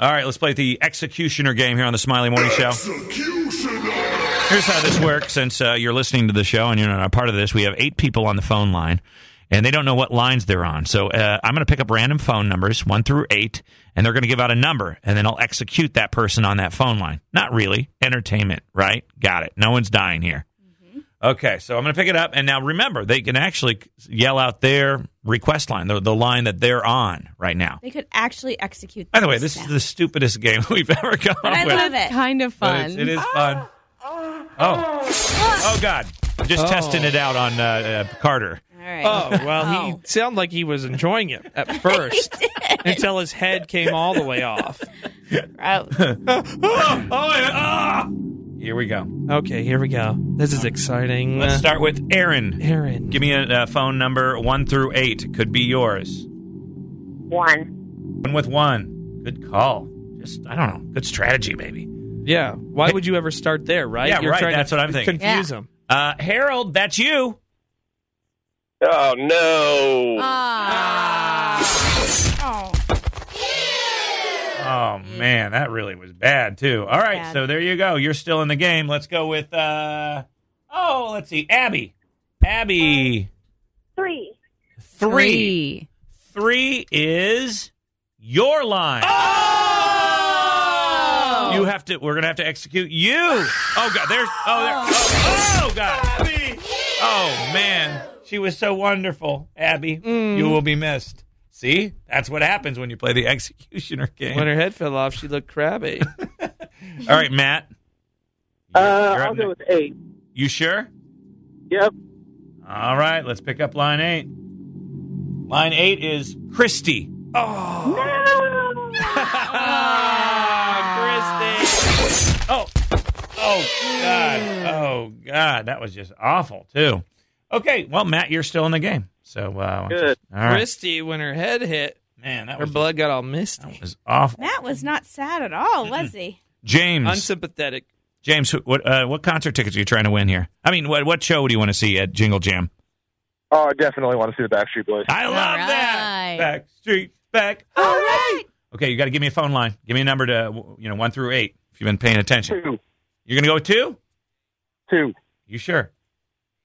All right, let's play the executioner game here on the Smiley Morning Show. Executioner! Here's how this works since uh, you're listening to the show and you're not a part of this. We have eight people on the phone line, and they don't know what lines they're on. So uh, I'm going to pick up random phone numbers, one through eight, and they're going to give out a number, and then I'll execute that person on that phone line. Not really. Entertainment, right? Got it. No one's dying here. Mm-hmm. Okay, so I'm going to pick it up. And now remember, they can actually yell out their request line, the, the line that they're on right now. They could actually execute. By the way, this is the stupidest game we've ever come I up with. love it. Kind of But fun. it's- It is fun. Oh, oh God! I'm just testing it out on uh, uh, Carter. All right. Oh, well, Oh. he sounded like he was enjoying it at first until his head came all the way off. Gross. Oh, Here we go. Okay, here we go. This is exciting. Let's start with Aaron. Uh. Aaron. Give me a, uh phone number one through eight. Could be yours. One. One with one. Good call. Just I don't know. Good strategy, maybe. Yeah. Why would you ever start there, right? Yeah, You're right, trying to that's what I'm thinking. Confuse Yeah. him. Uh, Harold, that's you. Oh no! oh. Oh man, that really was bad too. All right, Bad. so there you go. You're still in the game. Let's go with uh oh, let's see, Abby. Abby Three. three. Three is your line. Oh! You have to. We're gonna have to execute you. Oh god, there's. Oh, there. Oh, oh god. Oh man, she was so wonderful, Abby. You will be missed. See, that's what happens when you play the executioner game. When her head fell off, she looked crabby. All right, Matt. Uh, You're up I'll go next. with eight. You sure? Yep. All right, let's pick up line eight. Line eight is Christy. Oh, Christy. Oh, oh God, oh God, that was just awful too. Okay, well, Matt, you're still in the game, so uh, Good. All right, Christy, when her head hit, man, that her was, blood got all misty. that was awful. Matt was not sad at all, was he? James, Unsympathetic. James, who- what uh, what concert tickets are you trying to win here? I mean, what what show do you want to see at Jingle Jam? Oh, I definitely want to see the Backstreet Boys. I love that. right. Back street, back. All right. Okay, you got to give me a phone line. Give me a number to you know one through eight. If you've been paying attention, Two, you're gonna go with two. two. You sure?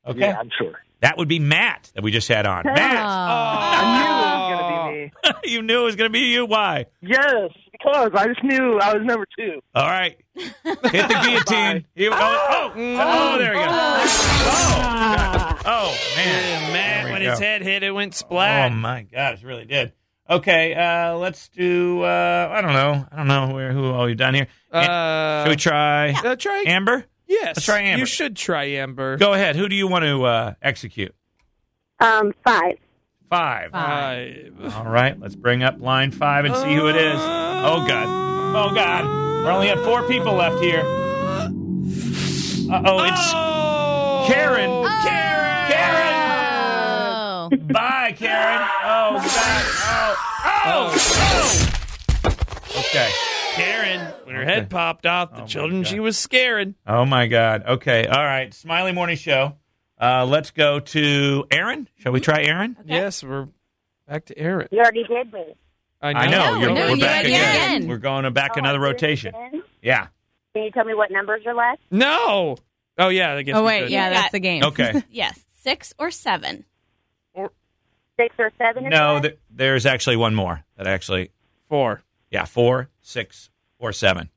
Okay, Yeah, I'm sure. that would be Matt that we just had on. Matt, Oh. Oh. I knew it was you knew it was gonna be you. Why? gonna be me. Yes, because I just knew I was number two. All right, hit the guillotine. You- oh, oh, oh, there we go. Oh, God. oh man, Yeah, There Matt, we when go. his head hit, it went Oh splat. my God, it really did. Okay, uh, let's do. Uh, I don't know. I don't know where who all you done here. uh, Oh, Should we try uh, try. Amber? yes. let's try Amber. You should try Amber. Go ahead. Who do you want to uh, execute? Um, five. Five. Five. All right, let's bring up line five and see who it is. Oh, God. Oh, God. We're only at four people left here. Uh oh, it's Oh, Karen. Karen. Karen. Oh. Bye, Karen. Oh, God. Oh, oh, oh. Okay. Karen. When her head Okay. popped off, the Oh, my children God. she was scaring. Oh, my God. Okay. All right. Smiley Morning Show. Uh, let's go to Aaron. Shall we try Aaron? Yes, we're back to Aaron. You already did me. I know. No, you're, no, we're you back did it again. again. We're going back Oh, I another did it rotation. again? Yeah. Can you tell me what numbers are left? No. Oh yeah, I guess. Oh we wait, could. yeah, You that's got- the game. Okay. Yes. Six or seven. Six or seven? is no, left? th- there's actually one more that actually, Four. yeah, four, six, or seven.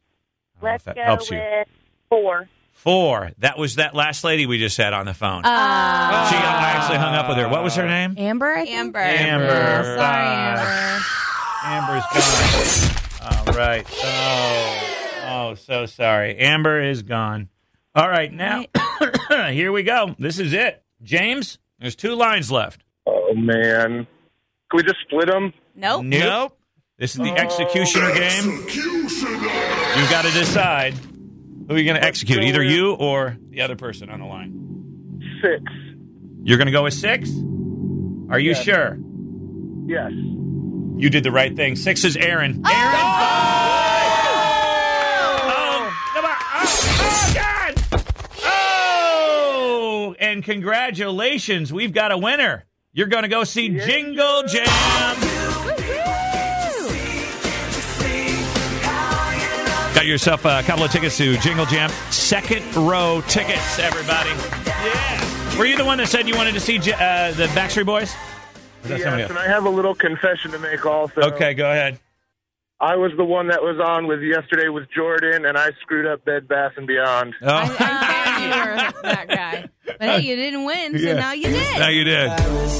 I don't know Let's if oh, that go helps you. with four. Four. That was that last lady we just had on the phone. Uh, she, I actually hung up with her. What was her name? Amber. I think? Amber. Amber. Oh, sorry, Bye. Amber. Amber's gone. All right. Oh, oh, so sorry. Amber is gone. All right, now here we go. This is it. James, there's two lines left. Oh man, can we just split them? Nope. Oh, Nope. This is the executioner game. Executioner! You got to decide who you're going to execute, go either with- you or the other person on the line. Six. You're going to go with six? Are you Yeah. sure? Yes. You did the right thing. Six is Aaron. Aaron! Oh! Come on. Oh, oh, God! Oh! And congratulations, we've got a winner. You're going to go see Jingle Jam. How Got yourself a couple of tickets to Jingle Jam. Second row tickets, everybody. Yeah. Were you the one that said you wanted to see J- uh, the Backstreet Boys? Was that somebody Yes, else? and I have a little confession to make also. Okay, go ahead. I was the one that was on with yesterday with Jordan, and I screwed up Bed Bath and Beyond. Oh. I, I thought you were that guy. But hey, you didn't win, so Yeah. now you did. now you did.